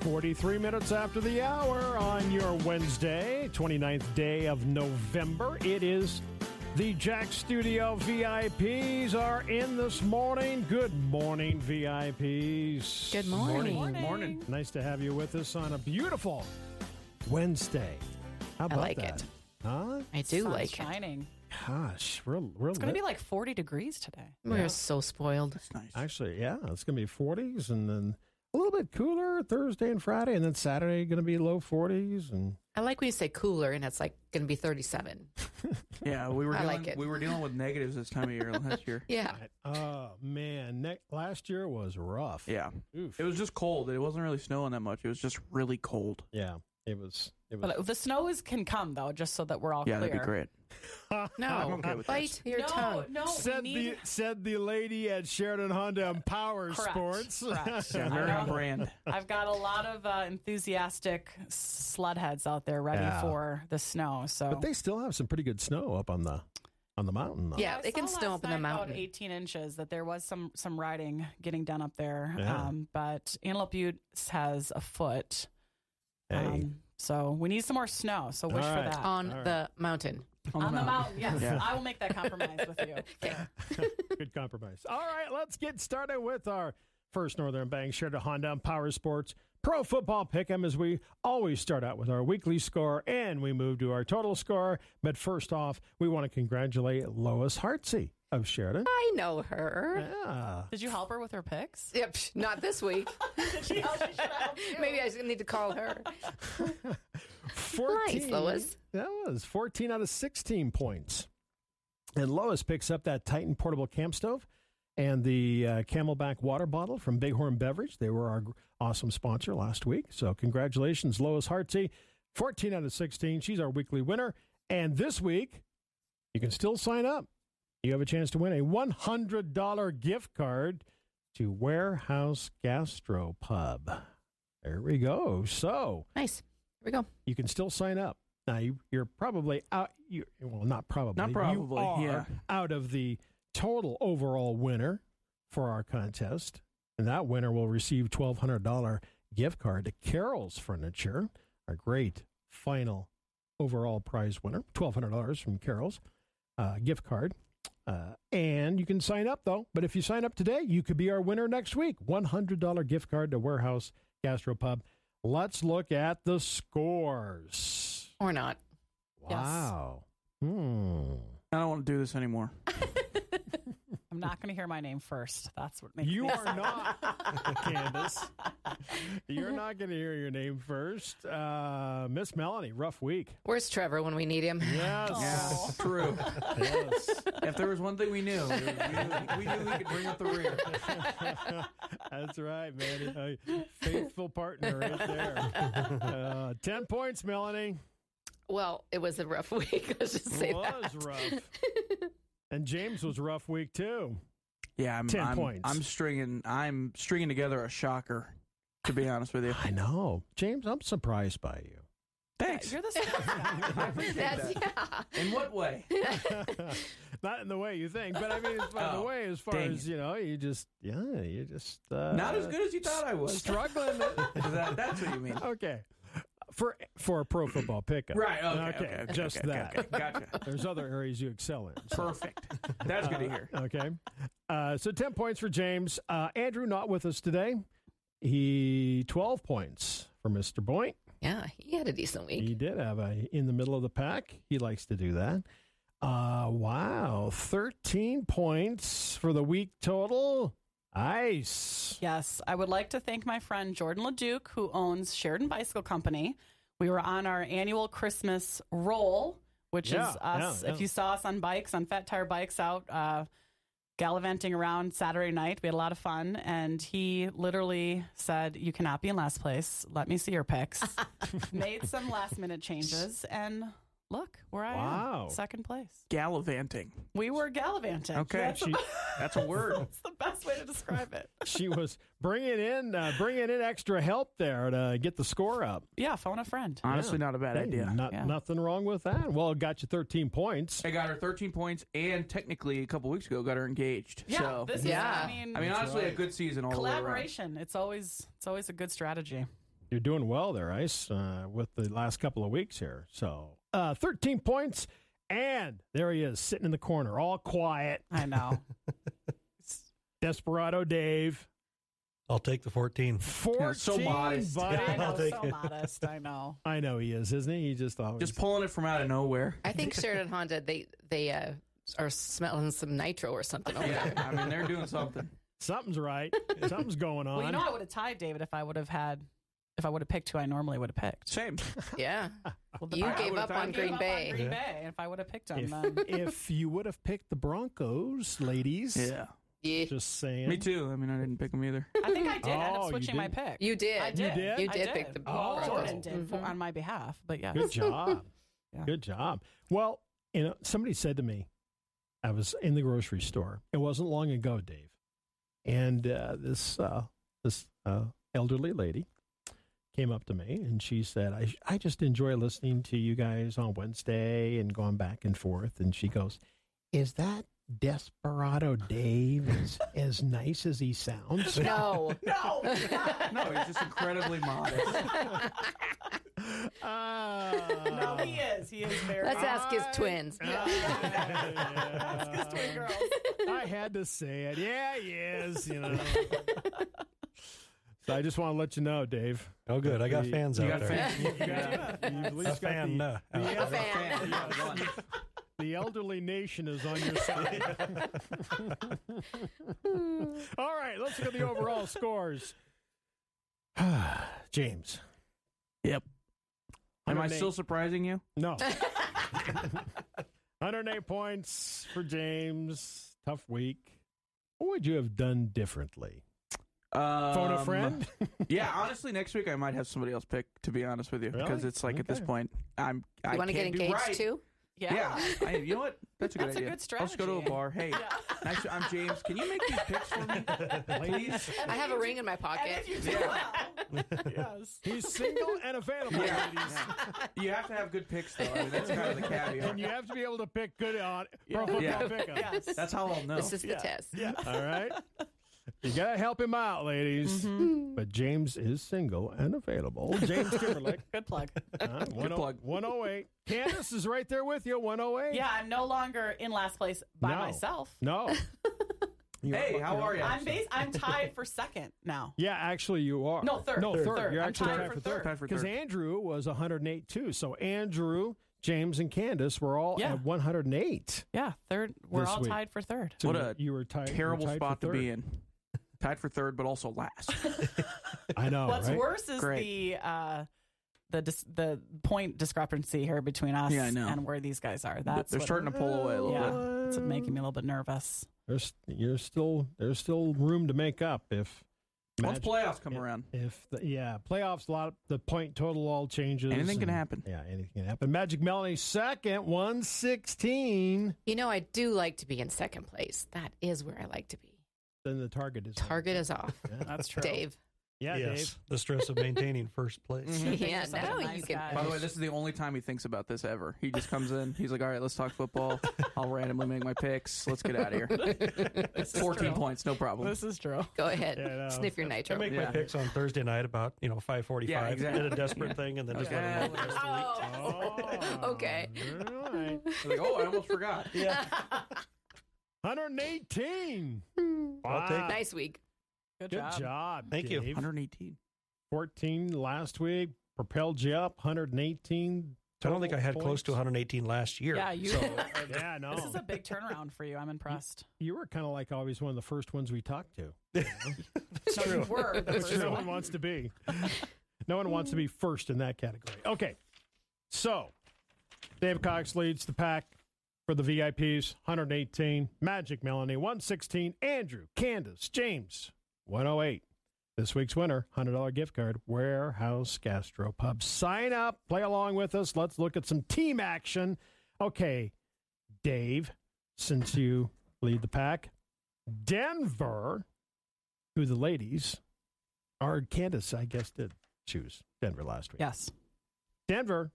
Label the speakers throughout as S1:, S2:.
S1: 43 minutes after the hour on your Wednesday, 29th day of November. It is the Jack Studio VIPs are in this morning. Good morning, VIPs.
S2: Good morning.
S3: Morning. Morning.
S1: Nice to have you with us on a beautiful Wednesday. How
S2: I
S1: about
S2: like
S1: that?
S2: it.
S1: Huh?
S2: I do
S3: Sun's
S2: like it.
S3: shining.
S1: Gosh, we're, we're
S3: It's going to be like 40 degrees today.
S2: We're so spoiled.
S1: Actually, yeah, it's going to be 40s and then a little bit cooler Thursday and Friday, and then Saturday going to be low 40s. And
S2: I like when you say cooler and it's like going to be 37.
S4: Yeah, we were
S2: I
S4: dealing,
S2: like it.
S4: we were dealing with negatives this time of year last year.
S2: Yeah.
S1: oh man, ne- last year was rough.
S4: Yeah,
S1: Oof.
S4: it was just cold. It wasn't really snowing that much. It was just really cold.
S1: yeah, it was. It was.
S3: But the snow is can come though, just so that we're all
S4: Yeah,
S3: clear.
S4: that'd be great.
S2: No.
S4: okay with
S2: bite your
S3: No,
S2: tongue.
S3: no,
S1: Said
S3: we need
S1: the said the lady at Sheridan Honda and Power
S3: correct,
S1: Sports.
S3: correct.
S4: Yeah, very on brand.
S3: I've got a lot of uh, enthusiastic sled heads out there ready
S1: Yeah.
S3: for the snow. So
S1: But they still have some pretty good snow up on the on the mountain. Though.
S2: Yeah,
S3: I
S2: it can
S3: saw
S2: snow up
S3: last
S2: in the
S3: night about
S2: mountain.
S3: 18 inches. That there was some some riding getting done up there.
S1: Yeah.
S3: Um, but Antelope Butte has a foot.
S1: Hey.
S3: Um, so we need some more snow. So wish
S1: All
S3: for
S1: right. Um,
S3: that
S2: On the mountain.
S3: on the mountain. Yes,
S4: Yeah.
S3: I will make that compromise with you.
S1: Good compromise. All right, let's get started with our first Northern Bank share to Honda and Power Sports Pro Football Pick'em as we always start out with our weekly score and we move to our total score. But first off, we want to congratulate Lois Hartsey of Sheridan.
S2: I know her.
S1: Yeah.
S3: Did you help her with her picks?
S2: Yep, not this week. Maybe I just need to call her.
S1: 14.
S2: Lois.
S1: That was 14 out of 16 points. And Lois picks up that Titan portable camp stove and the uh, Camelback water bottle from Bighorn Beverage. They were our gr- awesome sponsor last week. So, congratulations, Lois Hartsey. 14 out of 16. She's our weekly winner. And this week, you can still sign up. You have a chance to win a $100 gift card to Warehouse Gastropub. There we go. So,
S2: Nice. Here we go.
S1: you can still sign up. Now you, you're probably out. You well, not probably.
S4: Not
S1: you
S4: probably,
S1: are
S4: yeah.
S1: out of the total overall winner for our contest, and that winner will receive twelve hundred dollar gift card to Carol's Furniture, our great final overall prize winner. Twelve hundred dollars from Carol's uh, gift card. Uh, and you can sign up though. But if you sign up today, you could be our winner next week. One hundred dollar gift card to Warehouse Gastropub. Let's look at the scores.
S2: Or not.
S3: Yes.
S1: Wow. Hmm.
S4: I don't want to do this anymore.
S3: I'm not going to hear my name first. That's what makes
S1: You
S3: me
S1: are not Candace. You're not going to hear your name first. Uh, Miss Melanie, rough week.
S2: Where's Trevor when we need him?
S1: Yes.
S3: Aw.
S4: True.
S1: Yes.
S4: if there was one thing we knew, we knew, we knew we could bring up the rear.
S1: That's right, man. A faithful partner right there. Uh, 10 points, Melanie.
S2: Well, it was a rough week. Let's just say
S1: It was
S2: that.
S1: rough. And James was rough week too.
S4: Yeah, I'm,
S1: 10
S4: I'm,
S1: points.
S4: I'm stringing. I'm stringing together a shocker. To be honest with you,
S1: I know. James, I'm surprised by you.
S4: thanks.
S3: You're the smartest guy.
S4: I appreciate
S2: That's,
S4: that.
S2: yeah.
S4: In what way?
S1: Not in the way you think, but I mean, it's by the
S4: Oh,
S1: way, as far
S4: dang
S1: as, you know, you just, yeah, you just. Uh,
S4: Not as good as you thought I was.
S1: Struggling.
S4: That- that's what you mean.
S1: okay. For for a pro football pickup.
S4: Right. Okay. Okay. okay,
S1: just
S4: okay,
S1: that.
S4: Okay, gotcha.
S1: There's other areas you excel in. so-
S4: Perfect. That's good to hear.
S1: Okay. Uh, so 10 points for James. Uh, Andrew, not with us today. He 12 points for Mr. Boynt.
S2: yeah, he had a decent week.
S1: He did have a in the middle of the pack. He likes to do that. Uh, wow. 13 points for the week total. Ice.
S3: Yes, I would like to thank my friend Jordan LeDuc, who owns Sheridan Bicycle Company. We were on our annual Christmas roll, which
S1: Yeah,
S3: is us.
S1: yeah, yeah.
S3: If you saw us on bikes, on Fat Tire Bikes out uh, gallivanting around Saturday night, we had a lot of fun. And he literally said, You cannot be in last place. Let me see your picks. Made some last minute changes. And look where I
S1: Wow.
S3: am, second place.
S4: Gallivanting.
S3: We were gallivanting.
S4: Okay.
S3: That's,
S1: She-
S3: the,
S4: That's a word.
S3: that's the best way to describe it.
S1: She was bringing in uh, bringing in extra help there to get the score up.
S3: Yeah, phone a friend.
S4: Honestly, not a bad
S1: Hey,
S4: idea.
S1: Not,
S3: Yeah.
S1: Nothing wrong with that. Well, it got you 13 points.
S4: I got her 13 points, and technically, a couple weeks ago, got her engaged.
S3: Yeah,
S4: so,
S3: this
S2: Yeah.
S3: is. I mean,
S4: I mean, honestly, a good season all the way around.
S3: collaboration. It's always it's always a good strategy.
S1: You're doing well there, Ice, uh, with the last couple of weeks here. So uh, 13 points, and there he is sitting in the corner, all quiet.
S3: I know.
S1: Desperado Dave.
S5: I'll take the 14.
S1: 14,
S4: so modest.
S1: buddy.
S3: I know.
S5: I'll take
S3: So
S5: it.
S3: modest. I know.
S1: I know he is, isn't he? He just always.
S4: Just pulling it from out of nowhere.
S2: I think Sheridan Honda they they uh, are smelling some nitro or something. Over
S4: Oh, Yeah,
S2: there.
S4: I mean they're doing something.
S1: something's right. Something's going on.
S3: Well, you know, I would have tied David if I would have had, if I would have picked who I normally would have picked.
S4: Same.
S2: yeah.
S3: Well,
S2: You
S4: I- I
S2: gave
S4: would've
S2: up
S4: thought
S2: on
S4: you
S2: Green
S3: up
S2: Bay.
S3: On Green
S5: Yeah.
S3: Bay, and if I would have picked him,
S1: if,
S3: then
S1: if you would have picked the Broncos, ladies,
S4: Yeah.
S2: Yeah.
S1: just saying.
S4: Me too. I mean, I didn't pick them either.
S3: I think I did end
S1: Oh,
S3: up
S1: you
S3: switching my
S1: did?
S3: pick.
S2: You did.
S3: I did.
S1: did?
S2: You
S3: I
S2: did, pick the
S1: Oh.
S2: Broncos.
S3: Jordan did for,
S2: Mhm.
S3: on my behalf, but yes.
S1: Good job.
S3: Yeah.
S1: Good job. Well, you know, somebody said to me, I was in the grocery store. It wasn't long ago, Dave, and uh, this uh, this uh, elderly lady came up to me and she said, I, "I just enjoy listening to you guys on Wednesday and going back and forth." And she goes, "Is that?" Desperado Dave as, as nice as he sounds.
S2: No.
S3: No.
S4: No, he's just incredibly modest.
S1: Ah.
S3: no, he is. He is very.
S2: Let's ask his
S1: I-
S2: twins.
S1: Ah, yeah.
S3: Ask his twin girls.
S1: I had to say it. Yeah, he is, you know. so I just want to let you know, Dave.
S5: Oh, good. I got
S1: You-
S5: fans
S4: You
S5: out
S4: got
S5: there.
S4: fans.
S1: You've got,
S4: Yeah.
S1: you've at
S5: A
S1: least got
S5: fan.
S1: the,
S5: uh, out
S2: A
S5: there.
S2: fan.
S4: Fan. Yeah, one.
S1: the elderly nation is on your side. All right, let's look at the overall scores. James.
S4: Yep. Am I
S1: 108.
S4: still surprising you?
S1: No. 108 points for James. Tough week. What would you have done differently?
S4: Um,
S1: Phone a friend?
S4: Yeah, honestly, next week I might have somebody else pick. To be honest with you, because
S1: Really?
S4: it's like at this
S1: Okay.
S4: point, I'm. I
S2: You want to get
S4: can't do
S2: engaged
S4: right.
S2: too?
S3: Yeah.
S4: Yeah. I, you know what? That's a good
S3: That's a
S4: idea.
S3: good
S4: Let's go to a
S3: strategy.
S4: bar. Hey, nice, I'm James. Can you make these picks for me, please?
S2: I have a ring in my
S3: And if
S2: pocket.
S3: you do well, yes.
S1: He's single and available.
S4: Yeah. You have to have good picks, though. I mean, that's kind of the
S1: And you
S4: caveat.
S1: have to be able to pick good on
S4: Yeah.
S1: pro football
S4: Yeah.
S1: pickup.
S3: Yes.
S4: That's how I'll know.
S2: This is the
S1: Yeah.
S2: test.
S1: All right. You gotta help him out, ladies.
S3: Mm-hmm.
S1: But James is single and available. James Timberlake,
S3: Good plug.
S1: huh? One oh-
S4: plug.
S1: 108. Candace is right there with you, 108.
S3: Yeah, I'm no longer in last place by
S1: No.
S3: myself.
S1: No. You
S4: hey, how are you?
S3: I'm base. I'm tied for second now.
S1: Yeah, actually, you are.
S3: No, third.
S1: No, 3rd
S3: Third.
S1: You're
S3: I'm
S1: actually
S3: tied
S1: tied
S3: for
S1: for
S3: third.
S1: third.
S4: Tied for
S1: Because
S4: third.
S1: Andrew was 108 too. So Andrew, James, and Candace were all
S3: Yeah.
S1: at 108.
S3: Yeah, third. We're
S1: This
S3: all
S1: week.
S3: tied for third.
S1: So
S4: What
S1: you-
S4: a
S1: you were tied, you were
S4: Terrible
S1: tied for
S4: spot to be
S1: third.
S4: in. Tied for third, but also last.
S1: I know.
S3: What's
S1: right?
S3: worse is
S4: Great.
S3: the uh, the dis- the point discrepancy here between us
S4: Yeah, I know.
S3: and where these guys are. That's
S4: They're
S3: what-
S4: starting to pull away a little
S3: Yeah.
S4: bit.
S3: It's making me a little bit nervous.
S1: There's you're still there's still room to make up if
S4: Once
S1: Imagine-
S4: playoffs come around,
S1: if the, yeah playoffs a lot the point total all changes
S4: anything can
S1: and-
S4: happen.
S1: yeah anything can happen Magic Melanie second one sixteen
S2: You know, I do like to be in second place. That is where I like to be.
S1: then the target is
S2: Target is off.
S1: yeah,
S3: That's true.
S2: Dave.
S1: yeah
S5: yes.
S1: Dave
S5: The stress of maintaining first place.
S3: Mm-hmm.
S4: Mhm.
S2: Yeah,
S3: Such a
S2: now
S3: nice
S2: you can.
S3: guy.
S4: By the way, this is the only time he thinks about this ever. He just comes in. He's like, "All right, let's talk football. I'll randomly make my picks. Let's get out of here." Fourteen
S3: true.
S4: points, no problem.
S3: This is true.
S2: Go ahead.
S1: Yeah, I know.
S2: Sniff your
S5: I
S2: nitro.
S5: make
S4: Yeah.
S5: my picks on Thursday night about you know five forty-five.
S4: Yeah, exactly.
S5: Did a desperate thing and then just
S4: Yeah.
S5: let it roll.
S2: Oh, okay.
S1: all right
S4: He's like, "Oh, I almost forgot."
S5: Yeah.
S1: 118
S5: I'll take it.
S2: Nice week.
S3: Good,
S1: good
S3: job.
S1: job
S5: Thank you.
S1: Dave.
S4: 118.
S1: 14 last week propelled you up 118
S5: I don't think I
S1: total
S5: had close to
S1: points.
S5: 118 last year.
S3: Yeah, you.
S1: yeah no
S3: This is a big turnaround for you. I'm impressed.
S1: you were kind of like always one of the first ones we talked to
S3: So you were the
S1: which
S3: first
S1: no
S3: one.
S1: one wants to be. No one wants to be first in that category. Okay. So, Dave Cox leads the pack for the VIPs 118, Magic Melanie 116, Andrew, Candace, James 108. This week's winner, $100 gift card, Warehouse Gastro Pub. Sign up, play along with us. Let's look at some team action. Okay, Dave, since you lead the pack, Denver, who the ladies or Candace, I guess, did choose Denver last week.
S3: Yes.
S1: Denver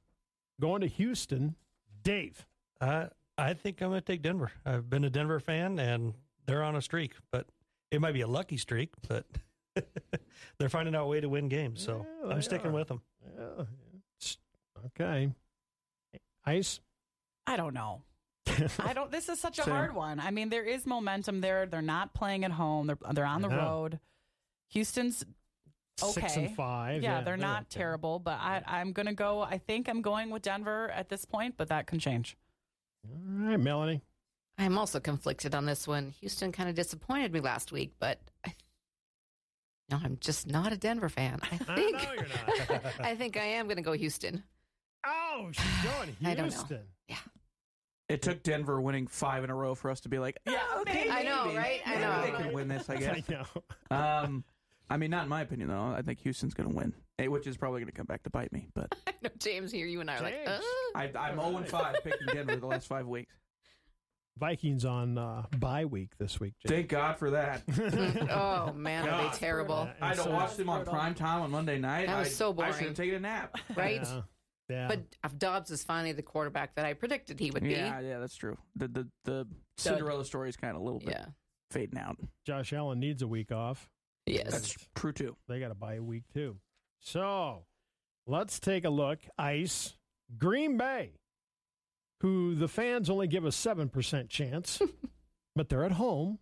S1: going to Houston. Dave.
S5: I I think I'm going to take Denver. I've been a Denver fan, and they're on a streak, but it might be a lucky streak. But They're finding out a way to win games, so
S1: Yeah, they
S5: I'm sticking
S1: are.
S5: with them.
S1: Yeah. It's- Okay. Ice.
S3: I don't know. I don't. This is such a
S4: Same.
S3: hard one. I mean, there is momentum there. They're not playing at home. They're they're on the
S1: Yeah.
S3: road. Houston's
S1: Six
S3: Okay.
S1: and five.
S3: yeah, they're not
S1: okay.
S3: terrible, but I I'm gonna go. I think I'm going with Denver at this point, but that can change.
S1: All right, Melanie.
S6: I'm also conflicted on this one. Houston kind of disappointed me last week, but I, no, I'm just not a Denver fan. I
S1: I
S6: think
S1: know you're not.
S6: I think I am going to go Houston.
S1: oh, she's going
S6: I don't know.
S1: Houston.
S4: It took Denver winning five in a row for us to be like, yeah, okay,
S6: I know,
S4: maybe.
S6: right? I
S4: Maybe
S6: know.
S4: they can win this. I guess.
S1: I know.
S4: Um, I mean, not in my opinion though. I think Houston's going to win, eh, which is probably going to come back to bite me. But
S6: I know James here, you and I are like,
S1: James.
S6: "Uh."
S4: I, I'm 0 and five picking Denver the last five weeks.
S1: Vikings on uh, bye week this week. Jake.
S4: Thank God for that.
S6: oh man, are
S4: God.
S6: they terrible?
S1: Yeah,
S4: I
S1: and
S4: don't
S1: so-
S4: watch them on
S3: brutal.
S4: prime time on Monday night.
S6: That was
S4: I,
S6: so
S4: I
S6: boring.
S4: should have taken a nap.
S6: Right?
S1: Yeah. yeah.
S6: But if Dobbs is finally the quarterback that I predicted he would be.
S4: Yeah, yeah, that's true. The the the Cinderella story is kind of a little bit
S6: Yeah.
S4: fading out.
S1: Josh Allen needs a week off.
S6: Yes.
S4: That's true too.
S1: They got a bye week too. So let's take a look. Ice Green Bay, who the fans only give a seven percent chance, but they're at home,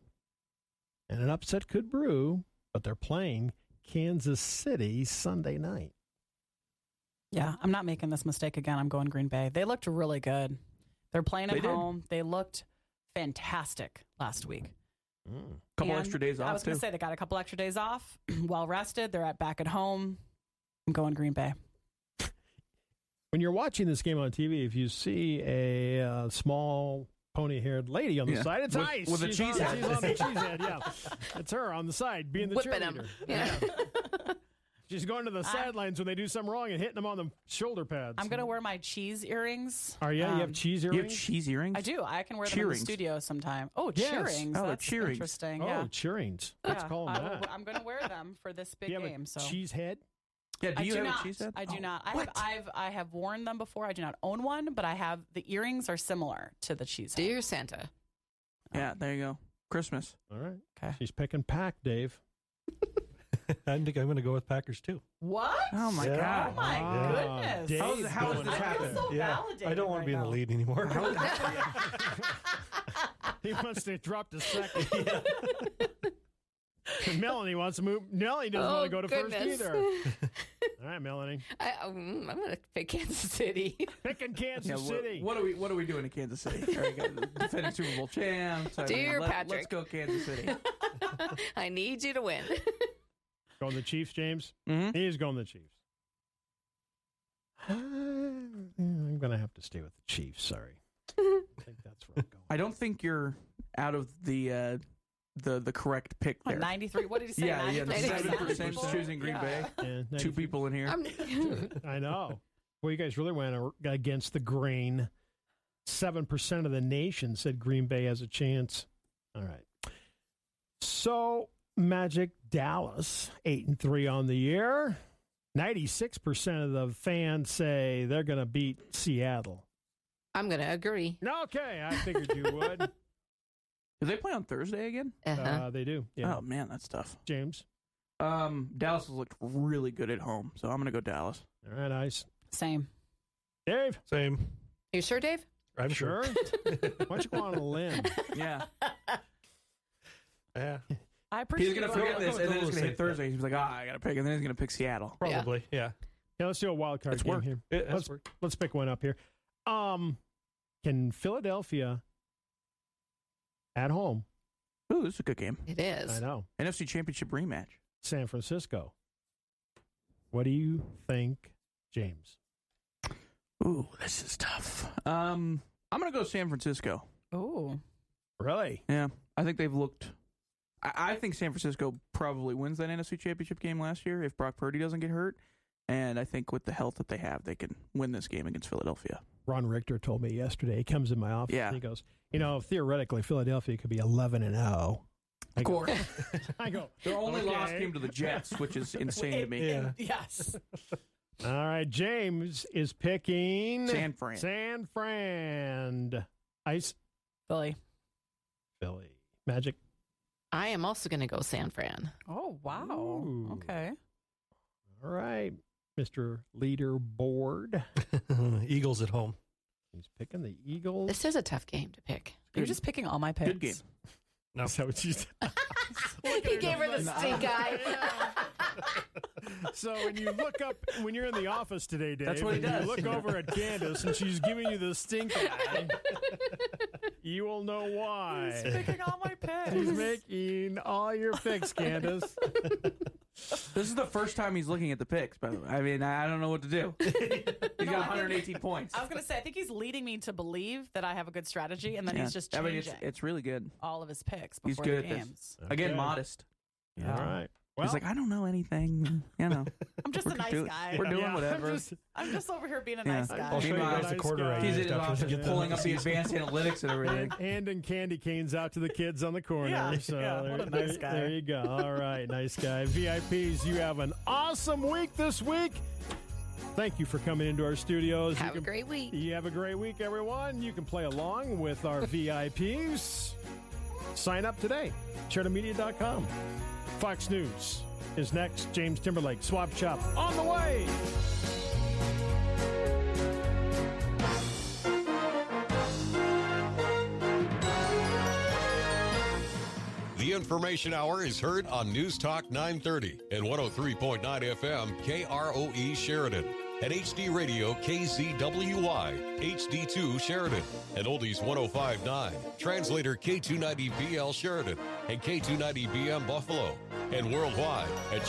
S1: and an upset could brew. But they're playing Kansas City Sunday night.
S3: Yeah, I'm not making this mistake again. I'm going Green Bay. They looked really good. They're playing at
S4: They did.
S3: home. They looked fantastic last week.
S4: Couple
S1: Mm.
S3: And
S4: extra days
S3: I
S4: off
S3: was
S4: too.
S3: to say they got a couple extra days off, well rested. They're at back at home. I'm going Green Bay.
S1: When you're watching this game on TV, if you see a uh, small pony-haired lady on the
S4: Yeah.
S1: side, it's
S4: With-
S1: Ice
S4: with a
S1: she's
S4: cheese
S1: on,
S4: head.
S1: She's on the cheese head. Yeah, it's her on the side being the
S6: Whipping
S1: cheerleader.
S6: him. Yeah.
S1: She's going to the sidelines when they do something wrong and hitting them on the shoulder pads.
S3: I'm gonna wear my cheese earrings.
S1: Are you? you
S3: Um,
S1: have cheese
S4: you have
S1: earrings.
S4: cheese earrings.
S3: I do. I can wear them in
S4: Cheerings.
S3: the studio sometime. Oh,
S1: Yes.
S3: cheerings.
S4: Oh, they're
S3: That's
S4: cheerings.
S3: interesting.
S1: oh,
S3: yeah.
S1: cheerings. Let's
S3: Yeah.
S1: call them
S3: I will-
S1: that.
S3: I'm going to wear them for this big
S1: Do you have
S3: game.
S1: a
S3: So
S1: cheese head.
S4: Yeah, do
S3: I
S4: you
S3: do
S4: have
S3: not.
S4: a cheese head?
S3: I do
S4: Oh,
S3: not. I have,
S4: what?
S3: I've I have worn them before. I do not own one, but I have the earrings are similar to the cheese. head.
S6: Dear Santa.
S4: Yeah, there you go. Christmas.
S1: All right.
S3: Okay.
S1: She's picking pack, Dave.
S5: I think I'm going to go with Packers too.
S3: What?
S4: Oh my
S5: Yeah.
S3: Oh
S4: god.
S3: my
S1: Wow.
S3: goodness!
S1: Dave
S4: How's- how has
S1: going
S4: this
S1: in.
S3: I feel
S4: happened?
S3: so
S5: yeah,
S3: validated.
S5: I don't want
S3: right
S5: to be in
S3: now.
S5: the lead anymore.
S1: He wants to drop to second. And Melanie wants to move. Melanie doesn't
S6: Oh,
S1: want to go to
S6: goodness.
S1: first either. All right, Melanie.
S6: I, um, I'm going to pick Kansas City.
S1: Picking Kansas
S4: Yeah, what,
S1: City.
S4: what are we? What are we doing in Kansas City? All right, got- Defending Super Bowl champs. I
S6: Dear
S4: let,
S6: Patrick.
S4: let's go Kansas City.
S6: I need you to win.
S1: Going the Chiefs, James.
S4: Mhm.
S1: He's going the Chiefs. Uh, I'm going to have to stay with the Chiefs. Sorry. I think that's where I'm going.
S4: I don't think you're out of the uh, the the correct pick there.
S3: Ninety-three. What did he say?
S4: yeah, yeah, the
S6: 93%.
S4: seven percent
S3: people?
S4: choosing Green
S3: Yeah.
S4: Bay.
S1: Yeah, now
S4: Two
S1: you-
S4: people in here.
S6: I'm,
S1: I know. Well, you guys really went a- against the grain. Seven percent of the nation said Green Bay has a chance. All right. So Magic Dallas, eight and three on the year. Ninety-six percent of the fans say they're going to beat Seattle.
S6: I'm going to agree.
S1: Okay, I figured you would.
S4: Uh-huh. Do they play on Thursday again?
S6: Uh-huh.
S1: Uh, they do. Yeah,
S4: Oh man, that's tough.
S1: James.
S4: Um, Dallas has looked really good at home, so I'm gonna go Dallas.
S1: All right, Ice.
S3: Same.
S1: Dave.
S5: Same.
S6: you sure, Dave?
S5: I'm
S1: sure. Why don't you go on a limb?
S4: Yeah,
S5: Yeah,
S3: I
S4: he's
S3: appreciate.
S4: gonna
S3: it.
S4: forget
S5: I'll
S4: this,
S5: go
S4: and then he's
S5: with
S4: gonna
S5: Thursday.
S4: hit Thursday. He's like, ah, I gotta pick, and then he's gonna pick Seattle.
S5: probably. Yeah,
S1: Yeah, let's do a wild card
S4: It's
S1: game
S4: worked.
S1: here.
S5: It has
S1: Let's-
S5: worked.
S1: let's pick one up here. Um, can Philadelphia at home?
S4: Ooh, this is a good game.
S6: It is.
S1: I know
S4: NFC Championship rematch.
S1: San Francisco. What do you think, James?
S4: Ooh, this is tough. Um, I'm gonna go San Francisco.
S3: Ooh.
S1: Really?
S4: Yeah, I think they've looked. I, I think San Francisco probably wins that NFC Championship game last year if Brock Purdy doesn't get hurt, and I think with the health that they have, they can win this game against Philadelphia.
S1: Ron Richter told me yesterday. He comes in my office.
S4: Yeah.
S1: and He goes, you know, theoretically, Philadelphia could be eleven and zero. Of
S4: course.
S1: I go.
S4: Their only loss
S1: Okay.
S4: came to the Jets, which is insane to me.
S5: yeah.
S3: Yes.
S1: All right, James is picking
S4: San Fran.
S1: San Fran. Ice
S3: Billy.
S1: Philly Magic.
S6: I am also going to go San Fran.
S3: Oh wow.
S1: Ooh.
S3: Okay.
S1: All right, Mr. Leaderboard.
S5: Eagles at home.
S1: He's picking the Eagles.
S6: This is a tough game to pick.
S3: You're
S4: Good-
S3: just picking all my picks.
S4: Good game.
S5: No.
S1: Is that what you said?
S6: he gave her the stink eye.
S1: So when you look up, when you're in the office today, Dave,
S4: what he
S1: and
S4: does.
S1: you look over at Candace and she's giving you the stink eye, you will know
S3: He's
S1: why.
S3: picking all my picks.
S1: She's making all your picks, Candace.
S4: This is the first time he's looking at the picks, by the way. I mean, I I don't know what to do. He's got 118 points.
S3: I was gonna say, I think he's leading me to believe that I have a good strategy, and then
S4: Yeah.
S3: he's just
S4: I
S3: changing
S4: mean, it's, it's really good.
S3: all of his picks
S4: He's
S3: before
S4: good
S3: the
S4: at this.
S3: games.
S4: Again,
S1: Okay.
S4: modest.
S1: All right. Well,
S4: he's like, I don't know anything. You know,
S3: I'm just
S4: We're
S3: a nice
S4: doing-
S3: guy.
S4: we're doing
S1: I'm
S4: whatever.
S1: just-
S3: I'm just over here being a
S4: Yeah.
S3: nice guy.
S5: I'll show you
S4: Meanwhile,
S5: guys the
S1: nice
S5: quarter
S1: guy.
S5: I
S4: he's
S1: He's
S4: in
S5: used
S4: his
S5: after
S4: office
S5: we get done
S4: pulling
S5: with
S4: up
S5: the
S4: the advanced analytics and everything.
S1: handing candy canes out to the kids on the corner.
S3: Yeah,
S1: so
S3: yeah,
S1: there,
S3: what a nice
S1: there-
S3: guy.
S1: there you go. All right, nice guy. VIPs, you have an awesome week this week. Thank you for coming into our studios.
S6: Have
S1: you
S6: a
S1: can
S6: great week.
S1: You have a great week, everyone. You can play along with our VIPs. Sign up today, CheddarMedia.com. Fox News is next. James Timberlake, Swap Shop, on the way.
S7: The Information Hour is heard on News Talk 930 and 103.9 FM KROE E Sheridan. At HD Radio KZWY, HD2 Sheridan, and Oldies 1059, translator K290BL Sheridan, and K290BM Buffalo, and worldwide at